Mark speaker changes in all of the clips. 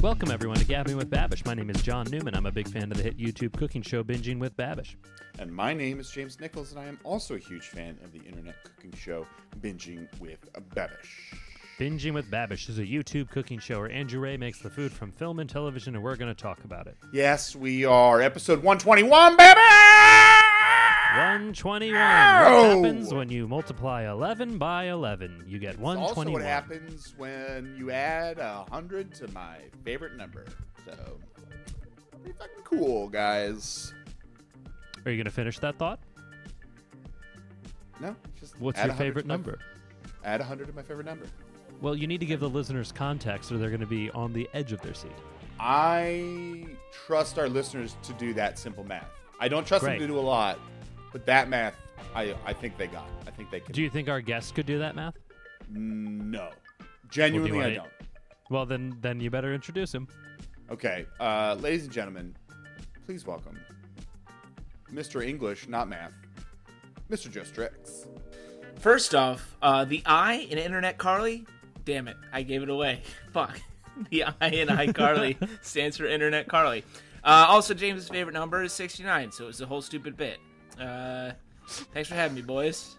Speaker 1: Welcome everyone to Gabbing with Babish. My name is John Newman. I'm a big fan of the hit YouTube cooking show Binging with Babish.
Speaker 2: And my name is James Nichols, and I am also a huge fan of the internet cooking show Binging with Bebish.
Speaker 1: Binging with Babish is a YouTube cooking show where Andrew Ray makes the food from film and television, and we're going to talk about it.
Speaker 2: Yes, we are. Episode 121, baby!
Speaker 1: 121. What
Speaker 2: Ow!
Speaker 1: happens when you multiply 11 by 11? You get
Speaker 2: Also,
Speaker 1: 121.
Speaker 2: what happens when you add a 100 to my favorite number. So, pretty fucking cool, guys.
Speaker 1: Are you going to finish that thought?
Speaker 2: No? Just
Speaker 1: What's
Speaker 2: add
Speaker 1: your
Speaker 2: 100 to
Speaker 1: favorite
Speaker 2: my-
Speaker 1: number?
Speaker 2: Add 100 to my favorite number.
Speaker 1: Well, you need to give the listeners context, or they're going to be on the edge of their seat.
Speaker 2: I trust our listeners to do that simple math. I don't trust
Speaker 1: Great.
Speaker 2: them to do a lot, but that math, I I think they got. I think they can.
Speaker 1: Do you think our guests could do that math?
Speaker 2: no, genuinely,
Speaker 1: Well,
Speaker 2: I
Speaker 1: do you
Speaker 2: don't.
Speaker 1: wanna- Well, then, then you better introduce him.
Speaker 2: Okay, uh, ladies and gentlemen, please welcome Mr. English, not math, Mr. Joe Strix.
Speaker 3: First off, uh, the I in Internet Carly, damn it, I gave it away. Fuck. The I in iCarly stands for Internet Carly. Uh, also, James's favorite number is 69, so it was a whole stupid bit. Uh, thanks for having me, boys.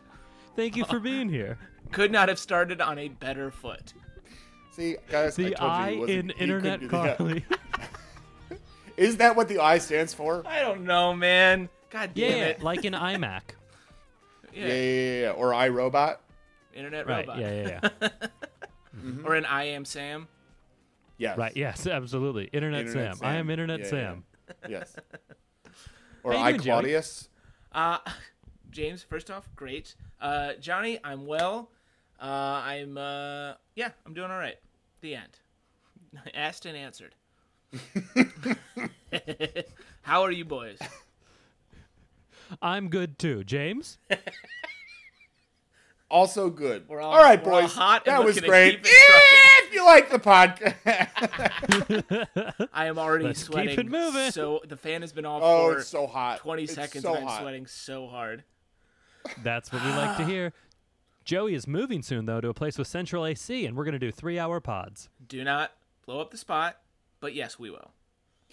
Speaker 1: Thank you for being here.
Speaker 3: Could not have started on a better foot.
Speaker 2: See, guys, I
Speaker 1: The
Speaker 2: told
Speaker 1: I
Speaker 2: you he
Speaker 1: in
Speaker 2: wasn't- he couldn't do
Speaker 1: Internet
Speaker 2: the-
Speaker 1: Carly.
Speaker 2: Is that what the I stands for?
Speaker 3: I don't know, man. God damn
Speaker 1: yeah,
Speaker 3: it.
Speaker 1: like an iMac.
Speaker 2: Yeah,
Speaker 3: Yeah.
Speaker 2: yeah, yeah, yeah. or I Robot.
Speaker 3: Internet
Speaker 1: Right.
Speaker 3: robot.
Speaker 1: Yeah, yeah, yeah.
Speaker 3: Or an I am Sam.
Speaker 2: Yes.
Speaker 1: right. Yes, absolutely. Internet,
Speaker 2: Internet
Speaker 1: Sam. I am Internet
Speaker 2: Yeah, yeah,
Speaker 1: Sam.
Speaker 2: yeah. Yes. Or
Speaker 1: How you
Speaker 2: I
Speaker 1: doing, Joey?
Speaker 2: Claudius.
Speaker 3: Uh, James, first off, great. Uh, Johnny, I'm well. Uh, I'm uh, yeah, I'm doing all right. The end. Asked and answered. How are you boys?
Speaker 1: I'm good too. James?
Speaker 2: Also good.
Speaker 3: We're all-
Speaker 2: all right,
Speaker 3: we're all
Speaker 2: boys.
Speaker 3: hot and
Speaker 2: that was
Speaker 3: looking to
Speaker 2: great.
Speaker 3: keep it trucking.
Speaker 2: If you like the podcast,
Speaker 3: I am already
Speaker 1: Let's keep
Speaker 3: sweating.
Speaker 1: it moving.
Speaker 3: So the fan has been off
Speaker 2: oh,
Speaker 3: for
Speaker 2: it's so hot.
Speaker 3: 20
Speaker 2: It's
Speaker 3: seconds,
Speaker 2: So
Speaker 3: and I'm
Speaker 2: hot.
Speaker 3: sweating so hard.
Speaker 1: That's what we like to hear. Joey is moving soon though to a place with central AC and we're going to do 3-hour pods.
Speaker 3: Do not blow up the spot, but yes, we will.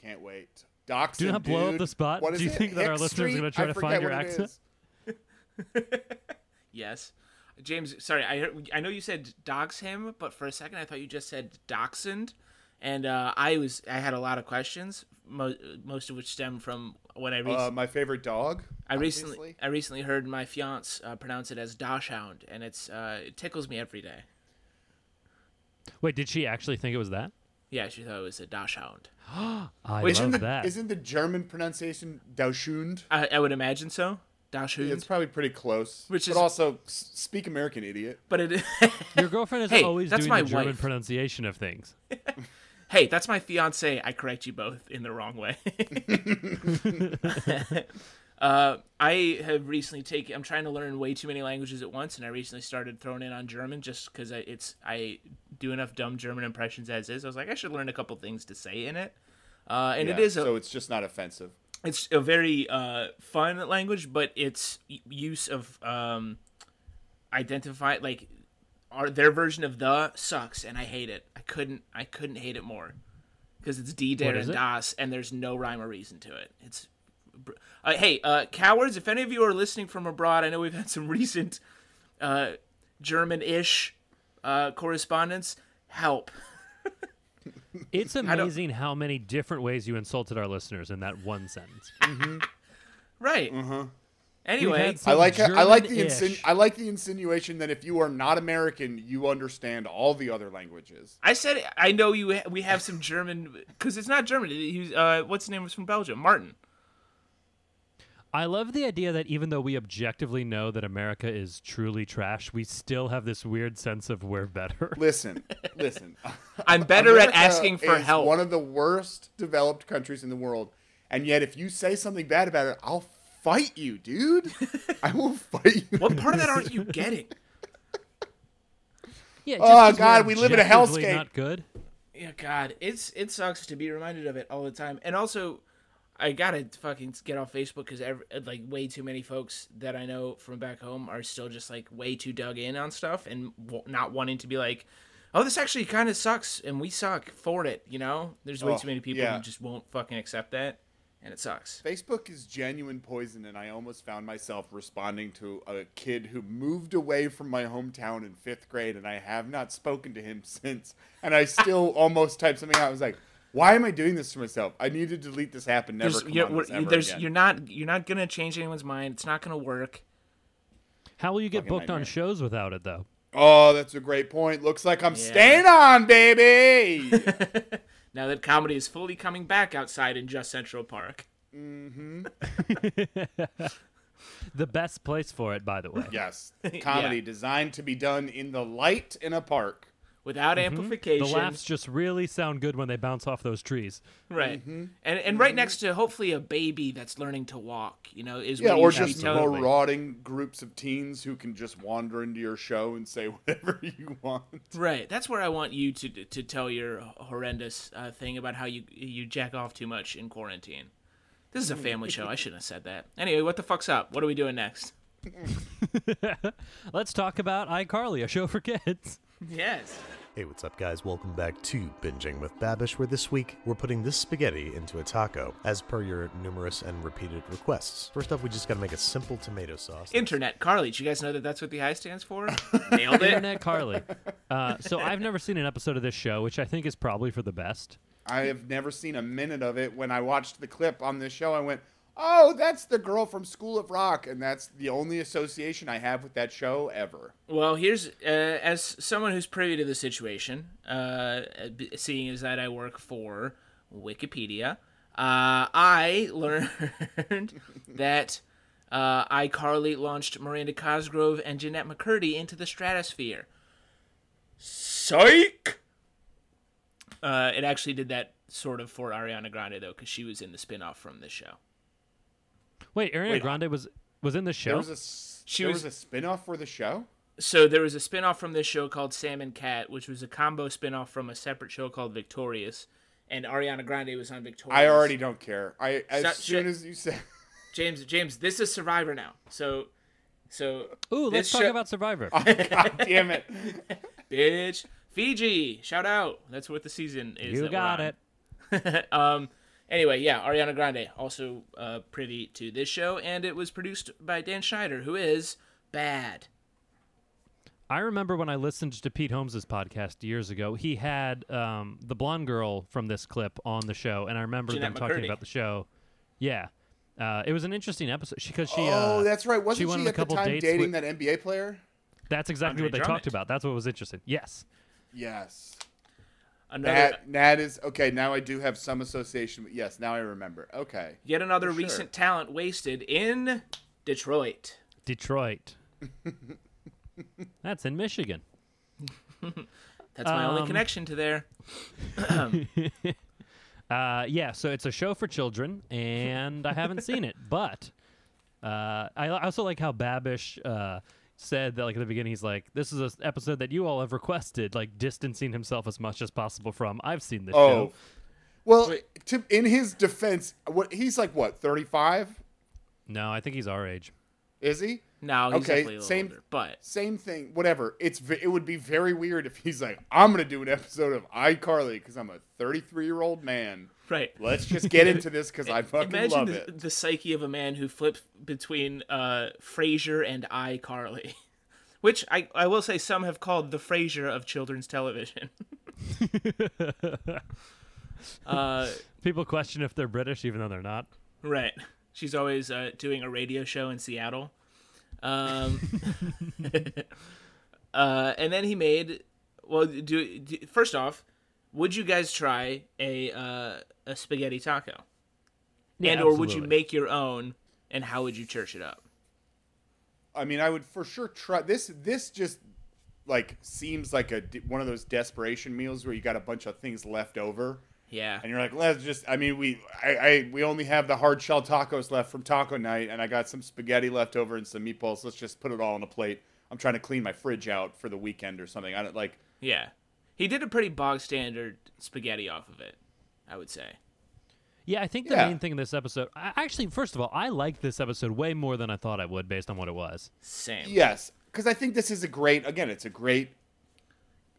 Speaker 2: Can't wait. Doxin,
Speaker 1: Do not blow up
Speaker 2: dude.
Speaker 1: the spot.
Speaker 2: What is
Speaker 1: Do you
Speaker 2: it?
Speaker 1: think that our
Speaker 2: Hick
Speaker 1: listeners are
Speaker 2: Street?
Speaker 1: gonna try
Speaker 2: I
Speaker 1: to
Speaker 2: forget
Speaker 1: find your
Speaker 2: what it
Speaker 1: accent?
Speaker 2: is.
Speaker 3: Yes. James, sorry, I heard, I know you said dox him, but for a second I thought you just said dachshund, and uh, I was I had a lot of questions, mo- most of which stem from when I rec-
Speaker 2: Uh, my favorite dog.
Speaker 3: I recently
Speaker 2: obviously.
Speaker 3: I recently heard my fiance uh, pronounce it as dachshund, and it's uh, it tickles me every day.
Speaker 1: Wait, did she actually think it was that?
Speaker 3: Yeah, she thought it was a dachshund.
Speaker 1: I
Speaker 3: Wait,
Speaker 1: love
Speaker 2: Isn't the,
Speaker 1: that.
Speaker 2: isn't the German pronunciation Dauschund?
Speaker 3: I, I would imagine so, dachshund.
Speaker 2: It's probably pretty close.
Speaker 3: Mm-hmm. Which
Speaker 2: but
Speaker 3: is-
Speaker 2: also s- speak American, idiot.
Speaker 3: but it
Speaker 1: Your girlfriend is
Speaker 3: Hey,
Speaker 1: always
Speaker 3: that's
Speaker 1: doing
Speaker 3: my
Speaker 1: the German
Speaker 3: wife.
Speaker 1: pronunciation of things.
Speaker 3: hey, that's my fiance. I correct you both in the wrong way. uh, I have recently taken. I'm trying to learn way too many languages at once, and I recently started throwing in on German just because I it's I do enough dumb German impressions as is. I was like, I should learn a couple things to say in it. Uh, and it
Speaker 2: Yeah,
Speaker 3: is a,
Speaker 2: so it's just not offensive.
Speaker 3: it's a very uh, fun language, but its y- use of um, identify like our their version of the sucks, and I hate it. I couldn't I couldn't hate it more because it's d dare
Speaker 1: What is
Speaker 3: and
Speaker 1: it?
Speaker 3: das, and there's no rhyme or reason to it. It's br- uh, hey uh, cowards, if any of you are listening from abroad, I know we've had some recent uh, German ish uh, correspondence. Help.
Speaker 1: It's
Speaker 3: don't-
Speaker 1: amazing how many different ways you insulted our listeners in that one sentence.
Speaker 3: Right. Anyway,
Speaker 1: We've had
Speaker 2: I
Speaker 1: some
Speaker 2: like I like the
Speaker 1: German-ish.
Speaker 2: insin- I like the insinuation that if you are not American, you understand all the other languages.
Speaker 3: I said I know you. Ha- we have some German because it's not German. He's uh, what's his name was from Belgium, Martin.
Speaker 1: I love the idea that even though we objectively know that America is truly trash, we still have this weird sense of we're better.
Speaker 2: Listen, listen.
Speaker 3: I'm better
Speaker 2: America
Speaker 3: at asking for
Speaker 2: is
Speaker 3: help.
Speaker 2: One of the worst developed countries in the world, and yet if you say something bad about it, I'll fight you, dude. I will fight you.
Speaker 3: what part of that aren't you getting?
Speaker 1: Yeah,
Speaker 2: Oh, 'cause we're God, we live in a
Speaker 1: objectively
Speaker 2: hellscape.
Speaker 1: Not good.
Speaker 3: Yeah, God, it's it sucks to be reminded of it all the time. And also, I gotta fucking get off Facebook because like way too many folks that I know from back home are still just like way too dug in on stuff and w- not wanting to be like, oh, this actually kind of sucks, and we suck for it. You know, there's way
Speaker 2: Oh,
Speaker 3: too many people
Speaker 2: yeah.
Speaker 3: who just won't fucking accept that, and it sucks.
Speaker 2: Facebook is genuine poison, and I almost found myself responding to a kid who moved away from my hometown in fifth grade, and I have not spoken to him since. And I still almost typed something out. I was like, "Why am I doing this to myself? I need to delete this app and never
Speaker 3: There's,
Speaker 2: come
Speaker 3: you're,
Speaker 2: on this
Speaker 3: we're-
Speaker 2: ever
Speaker 3: there's-
Speaker 2: again."
Speaker 3: you're not you're not gonna change anyone's mind. It's not gonna work.
Speaker 1: How will you get
Speaker 2: Fucking
Speaker 1: booked on
Speaker 2: nightmare.
Speaker 1: shows without it though?
Speaker 2: Oh, that's a great point. Looks like I'm
Speaker 3: Yeah.
Speaker 2: staying on, baby.
Speaker 3: Now that comedy is fully coming back outside in just Central Park.
Speaker 1: The best place for it, by the way.
Speaker 2: yes, comedy
Speaker 3: Yeah.
Speaker 2: designed to be done in the light in a park.
Speaker 3: Without
Speaker 2: Mm-hmm.
Speaker 1: The
Speaker 3: amplification,
Speaker 1: laughs just really sound good when they bounce off those trees.
Speaker 3: right?
Speaker 2: Mm-hmm.
Speaker 3: And and right next to hopefully a baby that's learning to walk, you know, is
Speaker 2: Yeah,
Speaker 3: what you
Speaker 2: or
Speaker 3: should be
Speaker 2: just
Speaker 3: telling-
Speaker 1: totally.
Speaker 2: marauding groups of teens who can just wander into your show and say whatever you want.
Speaker 3: Right. That's where I want you to to tell your horrendous uh, thing about how you you jack off too much in quarantine. This is a family show. I shouldn't have said that. Anyway, what the fuck's up? What are we doing next?
Speaker 1: Let's talk about iCarly, a show for kids.
Speaker 3: Yes.
Speaker 4: Hey, what's up, guys? Welcome back to Binging with Babish, where this week we're putting this spaghetti into a taco, as per your numerous and repeated requests. First up, we just gotta make a simple tomato sauce.
Speaker 3: Internet Carly. Did you guys know that that's what the I stands for? Nailed it.
Speaker 1: Internet Carly. Uh, so I've never seen an episode of this show, which I think is probably for the best.
Speaker 2: I have never seen a minute of it. When I watched the clip on this show, I went, "Oh, that's the girl from School of Rock," and that's the only association I have with that show ever.
Speaker 3: Well, here's uh, as someone who's privy to the situation, uh, b- seeing as that I work for Wikipedia, uh, I learned that uh, iCarly launched Miranda Cosgrove and Jeanette McCurdy into the stratosphere. Psych. Uh, it actually did that sort of for Ariana Grande though, because she was in the spin-off from this show.
Speaker 1: Wait, Ariana
Speaker 3: Wait,
Speaker 1: Grande was was in the show.
Speaker 2: There was a s-
Speaker 3: She
Speaker 2: there
Speaker 3: was-
Speaker 2: was, a spin-off for the show.
Speaker 3: so there was a spin-off from this show called Sam and Cat, which was a combo spin-off from a separate show called Victorious, and Ariana Grande was on Victorious.
Speaker 2: I already don't care. I as
Speaker 3: Stop-
Speaker 2: soon
Speaker 3: shit.
Speaker 2: as you said
Speaker 3: James James, this is Survivor now. So so
Speaker 1: Ooh, let's
Speaker 3: this
Speaker 1: talk
Speaker 3: show-
Speaker 1: about Survivor.
Speaker 2: Oh, God damn it.
Speaker 3: bitch Fiji. Shout out. That's what the season is.
Speaker 1: you
Speaker 3: that we're
Speaker 1: got
Speaker 3: on.
Speaker 1: it.
Speaker 3: um anyway yeah ariana grande also uh, privy to this show and it was produced by dan schneider who is bad
Speaker 1: I remember when I listened to Pete Holmes's podcast years ago. He had um, the blonde girl from this clip on the show, and I remember
Speaker 3: Jeanette
Speaker 1: them talking
Speaker 3: McCurdy.
Speaker 1: about the show. Yeah, uh, it was an interesting episode because she.
Speaker 2: oh,
Speaker 1: uh,
Speaker 2: that's right. Wasn't she,
Speaker 1: went on a
Speaker 2: at the
Speaker 1: couple
Speaker 2: time
Speaker 1: dates with-
Speaker 2: dating that NBA player?
Speaker 1: That's exactly
Speaker 3: Andre
Speaker 1: what they
Speaker 3: Drummond.
Speaker 1: talked about. That's what was interesting. Yes.
Speaker 2: Yes.
Speaker 3: another
Speaker 2: That that is okay. Now I do have some association. With, yes, now I remember. Okay.
Speaker 3: yet another
Speaker 2: For sure.
Speaker 3: recent talent wasted in detroit
Speaker 1: Detroit. That's in Michigan.
Speaker 3: That's my only
Speaker 1: Um,
Speaker 3: connection to there.
Speaker 1: Uh, yeah, so it's a show for children, and I haven't seen it, but uh, I I also like how Babish uh, said that, like at the beginning, he's like, "This is an episode that you all have requested," like distancing himself as much as possible from. I've seen this
Speaker 2: Oh.
Speaker 1: show.
Speaker 2: Well, to, in his defense, what he's like what, 35?
Speaker 1: No, I think he's our age.
Speaker 2: Is he?
Speaker 3: No, he's
Speaker 2: okay,
Speaker 3: definitely a little
Speaker 2: same-
Speaker 3: older, but
Speaker 2: Same thing, whatever. It's ve- it would be very weird if he's like, "I'm going to do an episode of iCarly cuz I'm a 33-year-old man."
Speaker 3: right.
Speaker 2: Let's just get into this cuz I fucking
Speaker 3: Imagine
Speaker 2: love
Speaker 3: the,
Speaker 2: it.
Speaker 3: the psyche of a man who flips between uh, Frasier and iCarly, which I, I will say some have called the Frasier of children's television. uh,
Speaker 1: People question if they're British, even though they're not.
Speaker 3: right. She's always uh, doing a radio show in Seattle. Um, uh, and then he made. Well, do, do first off, would you guys try a uh, a spaghetti taco? and or would you
Speaker 1: absolutely.
Speaker 3: make your own and how would you church it up
Speaker 2: I mean, I would for sure try this. This just like seems like a de- one of those desperation meals where you got a bunch of things left over,
Speaker 3: yeah
Speaker 2: and you're like, let's just. I mean, we I, I we only have the hard shell tacos left from taco night, and I got some spaghetti left over and some meatballs. Let's just put it all on a plate. I'm trying to clean my fridge out for the weekend or something. I don't like.
Speaker 3: yeah he did a pretty bog standard spaghetti off of it i would say
Speaker 1: Yeah, I think the
Speaker 2: Yeah.
Speaker 1: main thing in this episode. I, actually, first of all, I liked this episode way more than I thought I would based on what it was.
Speaker 3: same
Speaker 2: Yes, because I think this is a great. Again, it's a great.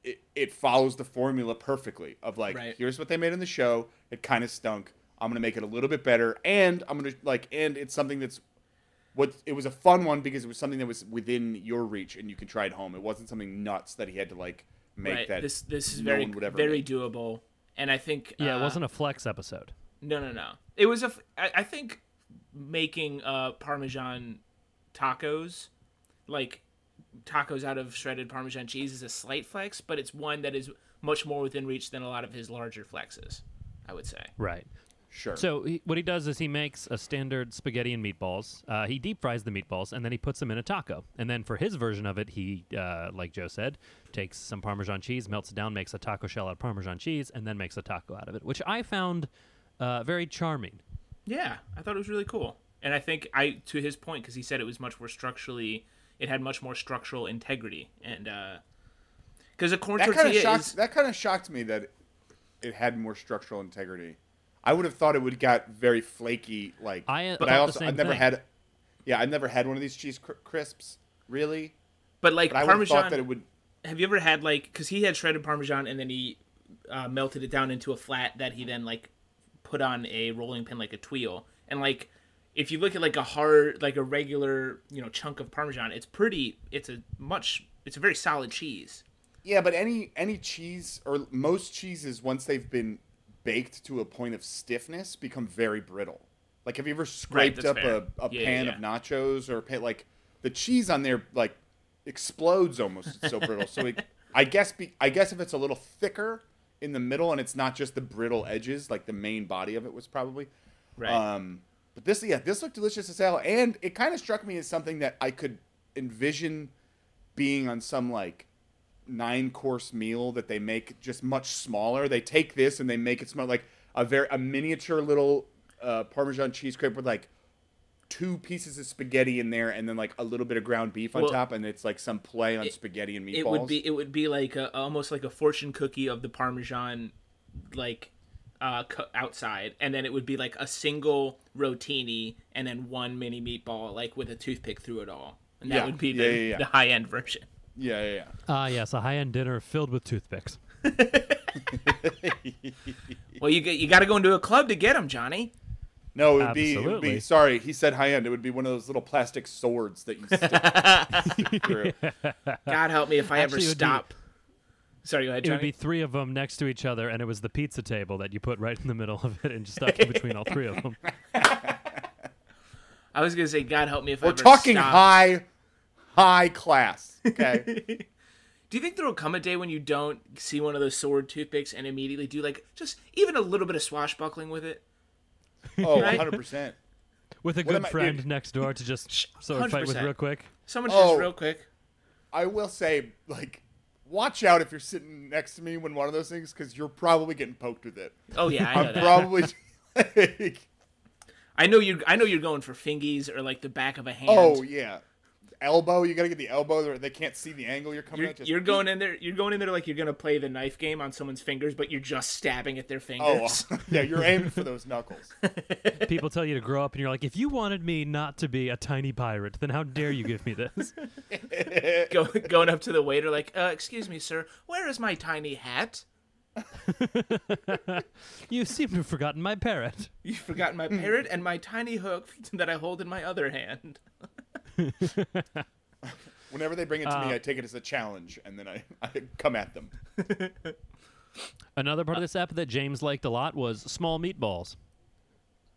Speaker 2: it, it follows the formula perfectly of like
Speaker 3: Right.
Speaker 2: here's what they made in the show it kind of stunk i'm gonna make it a little bit better and i'm gonna like and it's something that's what it was a fun one because it was something that was within your reach and you can try it home it wasn't something nuts that he had to like make
Speaker 3: right.
Speaker 2: that
Speaker 3: this this is
Speaker 2: no
Speaker 3: very
Speaker 2: one would ever
Speaker 3: very
Speaker 2: make.
Speaker 3: doable, and I think
Speaker 1: Yeah,
Speaker 3: uh,
Speaker 1: it wasn't a flex episode.
Speaker 3: No, no, no. It was a. f- I, I think making uh parmesan tacos, like tacos out of shredded parmesan cheese, is a slight flex, but it's one that is much more within reach than a lot of his larger flexes. I would say.
Speaker 1: Right.
Speaker 2: sure
Speaker 1: So he, what he does is he makes a standard spaghetti and meatballs. Uh, he deep fries the meatballs and then he puts them in a taco. And then for his version of it, he, uh, like Joe said, takes some Parmesan cheese, melts it down, makes a taco shell out of Parmesan cheese, and then makes a taco out of it, which I found uh, very charming.
Speaker 3: Yeah, I thought it was really cool, and I think I to his point because he said it was much more structurally. It had much more structural integrity, and because a corn
Speaker 2: that kind of
Speaker 3: tortilla
Speaker 2: shocked
Speaker 3: is
Speaker 2: that kind of shocked me that it had more structural integrity i would have thought it would have got very flaky like
Speaker 1: I, uh,
Speaker 2: but
Speaker 1: thought
Speaker 2: i
Speaker 1: the
Speaker 2: also
Speaker 1: same
Speaker 2: i've never
Speaker 1: thing.
Speaker 2: had yeah i've never had one of these cheese cr- crisps really
Speaker 3: but like
Speaker 2: but i would have
Speaker 3: parmesan.
Speaker 2: thought that it would
Speaker 3: have you ever had like because he had shredded parmesan and then he uh, melted it down into a flat that he then like put on a rolling pin like a tweel and like if you look at like a hard like a regular you know chunk of parmesan it's pretty it's a much it's a very solid cheese
Speaker 2: Yeah, but any any cheese or most cheeses once they've been baked to a point of stiffness become very brittle. Like have you ever scraped
Speaker 3: that's
Speaker 2: up
Speaker 3: fair.
Speaker 2: a, a
Speaker 3: Yeah, yeah,
Speaker 2: pan
Speaker 3: yeah.
Speaker 2: of nachos or a pan, like the cheese on there like explodes almost it's so brittle. So it, I guess be, I guess if it's a little thicker in the middle and it's not just the brittle edges like the main body of it was probably
Speaker 3: right
Speaker 2: um, but this, yeah, this looked delicious as hell, and it kind of struck me as something that I could envision being on some like nine course meal that they make just much smaller. They take this and they make it small, like a very a miniature little uh, Parmesan cheese crepe with like two pieces of spaghetti in there, and then like a little bit of ground beef on
Speaker 3: Well,
Speaker 2: top, and it's like some play on spaghetti and meatballs.
Speaker 3: it would be it would be like a, almost like a fortune cookie of the parmesan like uh cu- outside and then it would be like a single rotini and then one mini meatball like with a toothpick through it all and that
Speaker 2: Yeah.
Speaker 3: would be the,
Speaker 2: Yeah, yeah, yeah.
Speaker 3: the high end version
Speaker 2: yeah, yeah, yeah.
Speaker 1: Ah, yes, a high end dinner filled with toothpicks.
Speaker 3: well you get you got to go into a club to get them johnny
Speaker 2: No, it would be. It would
Speaker 1: Absolutely.
Speaker 2: be. Sorry, he said high end. It would be one of those little plastic swords that you stick, stick through.
Speaker 3: god help me if i
Speaker 1: Actually, it
Speaker 3: ever
Speaker 1: would be-
Speaker 3: stop sorry go ahead
Speaker 1: It
Speaker 3: johnny
Speaker 1: would be three of them next to each other, and it was the pizza table that you put right in the middle of it and just stuffed in between all three of them.
Speaker 3: i was gonna say god help me if i
Speaker 2: We're
Speaker 3: ever
Speaker 2: talking
Speaker 3: stop.
Speaker 2: high, high class. Okay.
Speaker 3: Do you think there will come a day when you don't see one of those sword toothpicks and immediately do like just even a little bit of swashbuckling with it?
Speaker 2: Oh,
Speaker 3: Right?
Speaker 2: 100%.
Speaker 1: With a
Speaker 2: What am
Speaker 1: good
Speaker 2: I-
Speaker 1: friend
Speaker 2: dude.
Speaker 1: next door to just sword fight with
Speaker 3: 100%.
Speaker 1: real quick.
Speaker 3: Someone
Speaker 2: Oh.
Speaker 3: just real quick.
Speaker 2: I will say, like, watch out if you're sitting next to me when one of those things, because you're probably getting poked with it.
Speaker 3: Oh yeah, I know
Speaker 2: I'm
Speaker 3: that.
Speaker 2: probably. like,
Speaker 3: I know you. I know you're going for fingies or like the back of a hand.
Speaker 2: oh, yeah. Elbow, you got to get the elbow. There. They can't see the angle you're coming
Speaker 3: You're,
Speaker 2: at. Just,
Speaker 3: you're going in there. You're going in there like you're gonna play the knife game on someone's fingers, but you're just stabbing at their
Speaker 2: Oh,
Speaker 3: fingers.
Speaker 2: yeah, you're aiming for those knuckles.
Speaker 1: People tell you to grow up, and you're like, if you wanted me not to be a tiny pirate, then how dare you give me this?
Speaker 3: Go, going up to the waiter like, uh, "Excuse me, sir, where is my tiny hat?
Speaker 1: you seem to have forgotten my parrot.
Speaker 3: You've forgotten my
Speaker 2: Hmm.
Speaker 3: parrot and my tiny hook that I hold in my other hand."
Speaker 2: Whenever they bring it to
Speaker 3: Uh,
Speaker 2: me, I take it as a challenge, and then I, I come at them.
Speaker 1: Another part of this app that James liked a lot was small meatballs.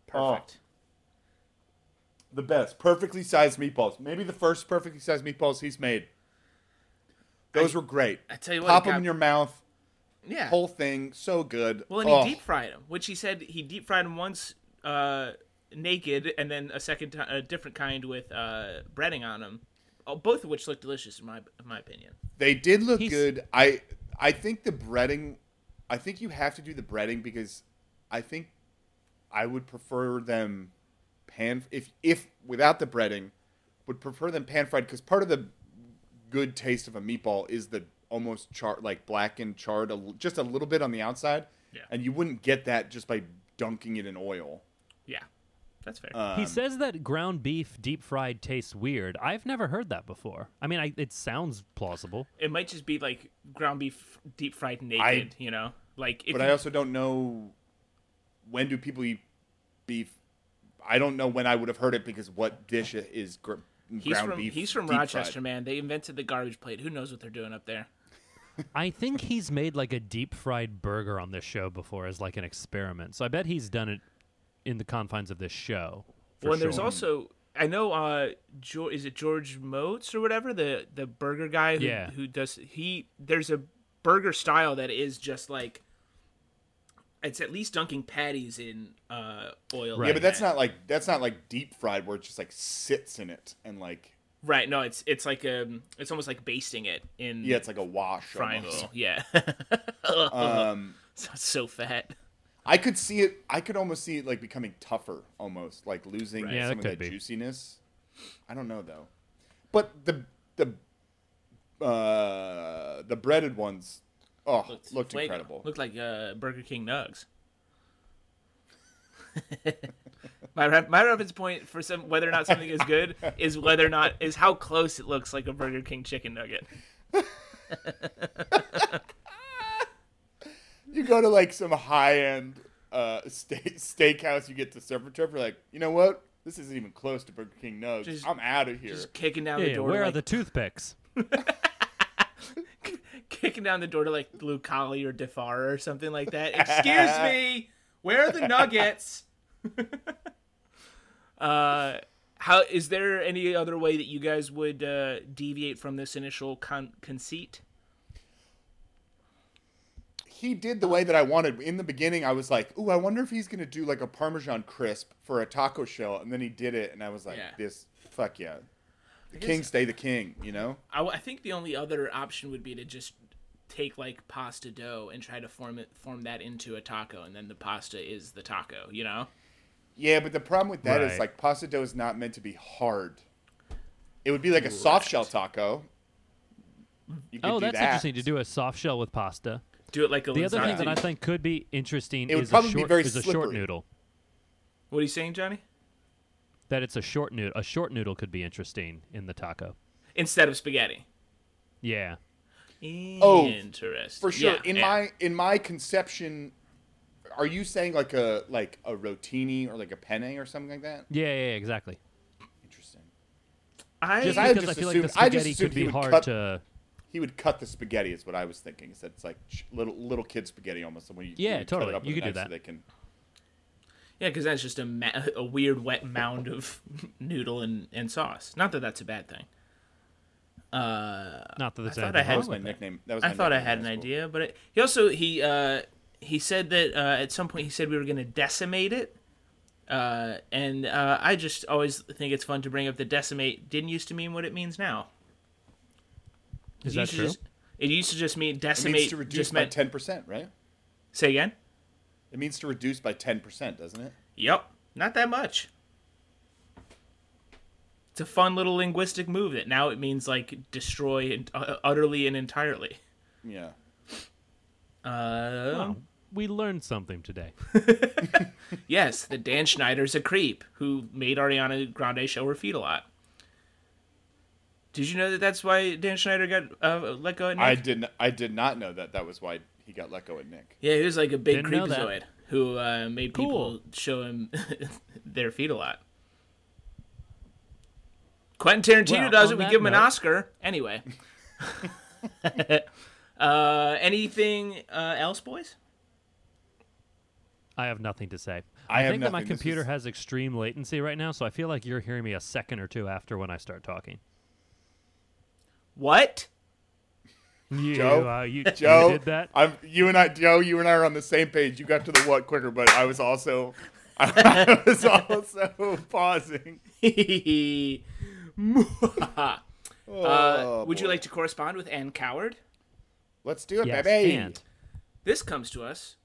Speaker 2: Perfect. The best. Perfectly sized meatballs. Maybe the first perfectly sized meatballs he's made. Those were great.
Speaker 3: I tell you what,
Speaker 2: Pop
Speaker 3: it
Speaker 2: them
Speaker 3: got-
Speaker 2: in your mouth.
Speaker 3: Yeah.
Speaker 2: Whole thing. So good.
Speaker 3: Well, and
Speaker 2: Oh,
Speaker 3: he deep fried them, which he said he deep fried them once uh, naked, and then a second time, a different kind with uh, breading on them. Oh, both of which look delicious in my in my opinion.
Speaker 2: They did look
Speaker 1: He's-
Speaker 2: good. I I think the breading. I think you have to do the breading because I think I would prefer them pan if if without the breading would prefer them pan fried because part of the good taste of a meatball is the almost char like blackened charred a l just a little bit on the outside
Speaker 3: Yeah.
Speaker 2: and you wouldn't get that just by dunking it in oil
Speaker 3: Yeah, That's fair.
Speaker 2: Uh,
Speaker 1: he says that ground beef deep fried tastes weird. I've never heard that before. I mean, I, it sounds plausible.
Speaker 3: it might just be like ground beef deep fried naked. you know, like if
Speaker 2: But
Speaker 3: you,
Speaker 2: I also don't know when do people eat beef. I don't know when I would have heard it because what dish is gr-
Speaker 3: he's
Speaker 2: ground
Speaker 3: from
Speaker 2: beef?
Speaker 3: he's from
Speaker 2: deep fried?
Speaker 3: Rochester, man. They invented the garbage plate. Who knows what they're doing up there?
Speaker 1: I think he's made like a deep fried burger on this show before as like an experiment. So I bet he's done it in the confines of this show. for
Speaker 3: well, and there's
Speaker 1: sure.
Speaker 3: also I know uh jo- is it George Moats or whatever the the burger guy who,
Speaker 1: Yeah.
Speaker 3: who does he there's a burger style that is just like it's at least dunking patties in uh oil.
Speaker 1: Right.
Speaker 2: Yeah, but that's not like that's not like deep fried where it just like sits in it and like
Speaker 3: right. No, it's it's like um it's almost like basting it in
Speaker 2: yeah, it's like a wash.
Speaker 3: frying
Speaker 2: almost.
Speaker 3: oil. Yeah.
Speaker 2: Um,
Speaker 3: Sounds so fat.
Speaker 2: I could see it. I could almost see it like becoming tougher, almost like losing
Speaker 1: Yeah,
Speaker 2: some
Speaker 1: that could
Speaker 2: of that
Speaker 1: be.
Speaker 2: juiciness. I don't know though, but the the uh, the breaded ones, oh, looked,
Speaker 3: Wait,
Speaker 2: incredible.
Speaker 3: Looked like uh, Burger King nugs. my re- my reference point for some whether or not something is good is whether or not is how close it looks like a Burger King chicken nugget.
Speaker 2: you go to like some high end uh, steak steakhouse, you get the surfer trip. You're like, you know what? This isn't even close to Burger King nugs.
Speaker 3: Just-
Speaker 2: I'm out of here.
Speaker 3: Just kicking down
Speaker 1: Yeah,
Speaker 3: the
Speaker 1: yeah,
Speaker 3: door.
Speaker 1: where
Speaker 3: to,
Speaker 1: are the
Speaker 3: like,
Speaker 1: toothpicks?
Speaker 3: kicking down the door to like Blue Collie or Defar or something like that. Excuse me, where are the nuggets? uh, how is there any other way that you guys would uh, deviate from this initial con- conceit?
Speaker 2: he did the way that I wanted. In the beginning, I was like, "Ooh, I wonder if he's gonna do like a Parmesan crisp for a taco shell," and then he did it, and I was like,
Speaker 3: Yeah.
Speaker 2: "This, fuck yeah, the king stay the king," you know?
Speaker 3: I, w- I think the only other option would be to just take like pasta dough and try to form it form that into a taco and then the pasta is the taco you know
Speaker 2: Yeah, but the problem with that is
Speaker 1: Right.
Speaker 2: like pasta dough is not meant to be hard. It would be like a soft shell taco. You could
Speaker 1: Oh,
Speaker 2: do
Speaker 1: that's
Speaker 2: that.
Speaker 1: interesting to do a soft shell with pasta.
Speaker 3: do it like a
Speaker 1: The other thing
Speaker 3: lasagna.
Speaker 1: that I think could be interesting
Speaker 2: It would
Speaker 1: is a
Speaker 2: probably be
Speaker 1: short
Speaker 2: very
Speaker 1: is a short
Speaker 2: slippery.
Speaker 1: noodle.
Speaker 3: what are you saying johnny
Speaker 1: That it's a short noodle. A short noodle could be interesting in the taco.
Speaker 3: instead of spaghetti
Speaker 1: Yeah.
Speaker 2: Oh,
Speaker 3: interesting
Speaker 2: for sure.
Speaker 3: Yeah,
Speaker 2: in
Speaker 3: yeah.
Speaker 2: my in my conception, are you saying like a like a rotini or like a penne or something like that?
Speaker 1: Yeah, yeah, yeah, exactly.
Speaker 2: Interesting.
Speaker 3: I,
Speaker 1: Just
Speaker 2: I
Speaker 1: because I
Speaker 2: just
Speaker 1: feel like
Speaker 2: assumed-
Speaker 1: the
Speaker 2: I just
Speaker 1: spaghetti
Speaker 2: assumed
Speaker 1: could
Speaker 2: he
Speaker 1: be
Speaker 2: would
Speaker 1: hard
Speaker 2: cut-
Speaker 1: to
Speaker 2: he would cut the spaghetti is what I was thinking. So it's like ch- little little kid spaghetti almost. When you,
Speaker 1: Yeah,
Speaker 2: you cut it
Speaker 1: totally.
Speaker 2: up with
Speaker 1: You
Speaker 2: a
Speaker 1: could do
Speaker 2: knife
Speaker 1: that.
Speaker 2: So they can.
Speaker 3: yeah because that's just a, ma- a weird wet mound of noodle and, and sauce not that that's a bad thing
Speaker 1: not that it's anything
Speaker 3: thought I had
Speaker 1: wrong
Speaker 2: That was my
Speaker 1: with it.
Speaker 2: nickname. That was
Speaker 3: I
Speaker 2: my
Speaker 3: thought I
Speaker 2: nickname
Speaker 3: had
Speaker 2: in
Speaker 3: an
Speaker 2: high school.
Speaker 3: idea, but it, he also he uh, he said that uh, at some point he said we were going to decimate it, uh, and uh, I just always think it's fun to bring up the decimate didn't used to mean what it means now.
Speaker 1: Is
Speaker 3: It
Speaker 1: that
Speaker 3: used to
Speaker 1: true?
Speaker 3: just- it used to just mean
Speaker 2: It
Speaker 3: decimate.
Speaker 2: means to reduce
Speaker 3: just
Speaker 2: by
Speaker 3: meant
Speaker 2: ten percent, right?
Speaker 3: say again.
Speaker 2: It means to reduce by ten percent, doesn't it?
Speaker 3: Yep, not that much. It's a fun little linguistic move that now it means like destroy and, uh, utterly and entirely.
Speaker 2: Yeah.
Speaker 3: Uh,
Speaker 1: Oh, we learned something today.
Speaker 3: Yes, the Dan Schneider's a creep who made Ariana Grande show her feet a lot. Did you know that that's why Dan Schneider got uh, let go at Nick?
Speaker 2: I didn't. I did not know that. That was why he got let go at Nick.
Speaker 3: Yeah, he was like a big
Speaker 1: Didn't know that.
Speaker 3: creepazoid who uh, made
Speaker 1: Cool.
Speaker 3: people show him their feet a lot. Quentin Tarantino
Speaker 1: Well,
Speaker 3: does
Speaker 1: on
Speaker 3: it. We
Speaker 1: that
Speaker 3: give him an
Speaker 1: note-
Speaker 3: Oscar anyway. uh, anything uh, else, boys?
Speaker 1: I have nothing to say.
Speaker 2: I have
Speaker 1: think that my
Speaker 2: nothing. This
Speaker 1: computer
Speaker 2: is-
Speaker 1: has extreme latency right now, so I feel like you're hearing me a second or two after when I start talking.
Speaker 3: What?
Speaker 1: You,
Speaker 2: Joe?
Speaker 1: uh, you,
Speaker 2: Joe,
Speaker 1: you did that.
Speaker 2: I'm you and I, Joe. You and I are on the same page. You got to the what quicker, but I was also, I was also pausing.
Speaker 3: uh, would you
Speaker 2: Oh, boy.
Speaker 3: like to correspond with Ann Coward?
Speaker 2: Let's do it,
Speaker 1: yes,
Speaker 2: baby.
Speaker 1: and
Speaker 3: This comes to us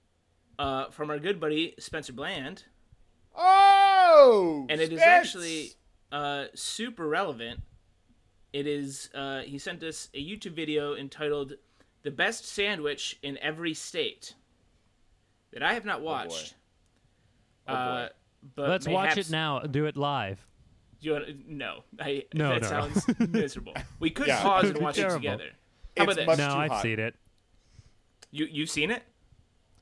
Speaker 3: uh, from our good buddy Spencer Bland,
Speaker 2: Oh,
Speaker 3: and it is
Speaker 2: Spence!
Speaker 3: actually uh, super relevant. It is uh, he sent us a YouTube video entitled "The Best Sandwich in Every State" that I have not watched.
Speaker 2: Oh, boy.
Speaker 3: uh, But
Speaker 1: Let's watch
Speaker 3: mayhaps-
Speaker 1: it now. Do it live.
Speaker 3: Do you wanna, no, I,
Speaker 1: No,
Speaker 3: that
Speaker 1: no.
Speaker 3: sounds miserable. We could
Speaker 2: Yeah,
Speaker 3: pause
Speaker 1: it
Speaker 3: and
Speaker 1: would be
Speaker 3: watch
Speaker 1: terrible.
Speaker 3: it together. How about
Speaker 2: It's
Speaker 3: this?
Speaker 2: much-
Speaker 1: no,
Speaker 2: too
Speaker 1: I've
Speaker 2: hot.
Speaker 1: seen it.
Speaker 3: You you've seen it?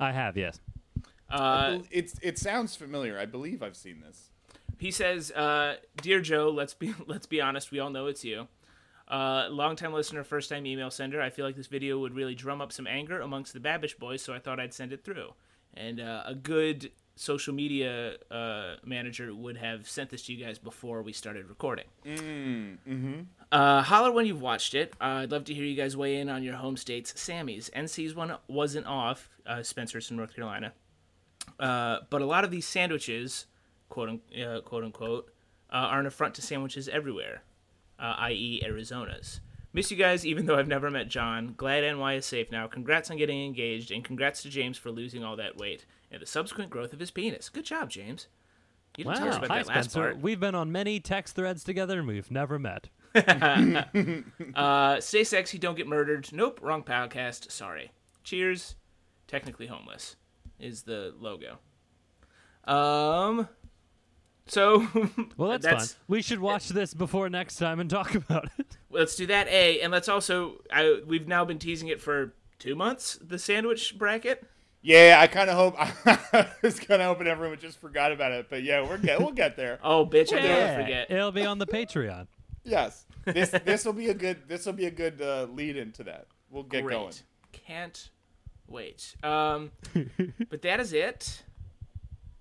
Speaker 1: I have, yes.
Speaker 2: I
Speaker 3: Uh,
Speaker 2: bel- it's it sounds familiar. I believe I've seen this.
Speaker 3: he says, uh, "Dear Joe, let's be let's be honest. We all know it's you. Uh, longtime listener, first time email sender. I feel like this video would really drum up some anger amongst the Babish boys, so I thought I'd send it through. And uh, a good social media uh, manager would have sent this to you guys before we started recording. Uh, holler when you've watched it. Uh, I'd love to hear you guys weigh in on your home states. Sammy's NC's one wasn't off. Uh, Spencer's in North Carolina, uh, but a lot of these sandwiches, quote un- uh, quote unquote, uh, are an affront to sandwiches everywhere, uh, i.e. Arizona's. Miss you guys, even though I've never met John. Glad NY is safe now. Congrats on getting engaged, and congrats to James for losing all that weight and the subsequent growth of his penis. Good job, James. You didn't tell us
Speaker 1: Wow.
Speaker 3: about
Speaker 1: Hi,
Speaker 3: that last
Speaker 1: Spencer.
Speaker 3: part.
Speaker 1: We've been on many text threads together and we've never met.
Speaker 3: Uh, stay sexy, don't get murdered. Nope, wrong podcast. Sorry. Cheers. Technically homeless is the logo. Um. So.
Speaker 1: Well, that's, fun. We should watch this before next time and talk about it.
Speaker 3: Let's do that. A and let's also. I we've now been teasing it for two months. The sandwich bracket.
Speaker 2: Yeah, I kind of hope I was kind of hoping everyone just forgot about it, but yeah, we're get, we'll get there.
Speaker 3: Oh, bitch! I never forget.
Speaker 1: It'll be on the Patreon.
Speaker 2: Yes, this this will be a good this will be a good uh, lead into that. We'll get
Speaker 3: Great.
Speaker 2: going.
Speaker 3: Can't wait. Um, but that is it.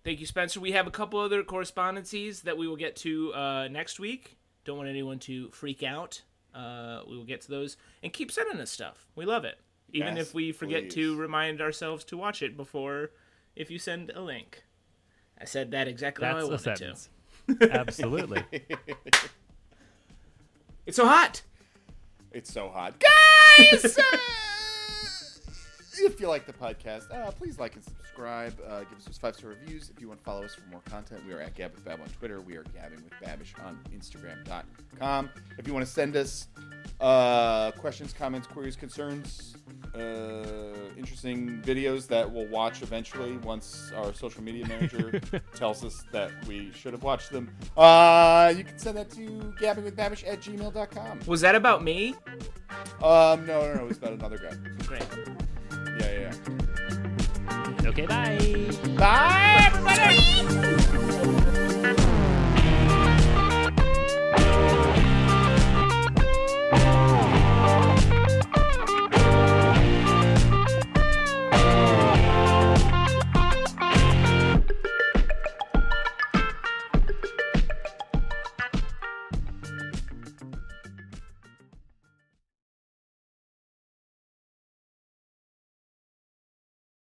Speaker 3: Thank you, Spencer. We have a couple other correspondences that we will get to uh, next week. Don't want anyone to freak out. Uh, we will get to those and keep sending us stuff. We love it, even
Speaker 2: Yes,
Speaker 3: if we forget
Speaker 2: please.
Speaker 3: to remind ourselves to watch it before. If you send a link, I said that exactly how Oh, I
Speaker 1: That's a
Speaker 3: wanted
Speaker 1: sentence.
Speaker 3: to.
Speaker 1: Absolutely.
Speaker 3: It's so hot.
Speaker 2: It's so hot, guys. uh, if you like the podcast, uh, please like and subscribe. Uh, give us those five star reviews. If you want to follow us for more content, we are at Gab with Bab on Twitter. We are gabbing with Babish on Instagram.com. If you want to send us uh, questions, comments, queries, concerns, uh, interesting videos that we'll watch eventually once our social media manager tells us that we should have watched them, uh, you can send that to gabbingwithbabish at gmail.com.
Speaker 3: Was that about me?
Speaker 2: Um, no, no, no. It was about another guy.
Speaker 3: Great.
Speaker 2: Yeah, yeah, yeah.
Speaker 1: okay, bye.
Speaker 2: Bye, everybody!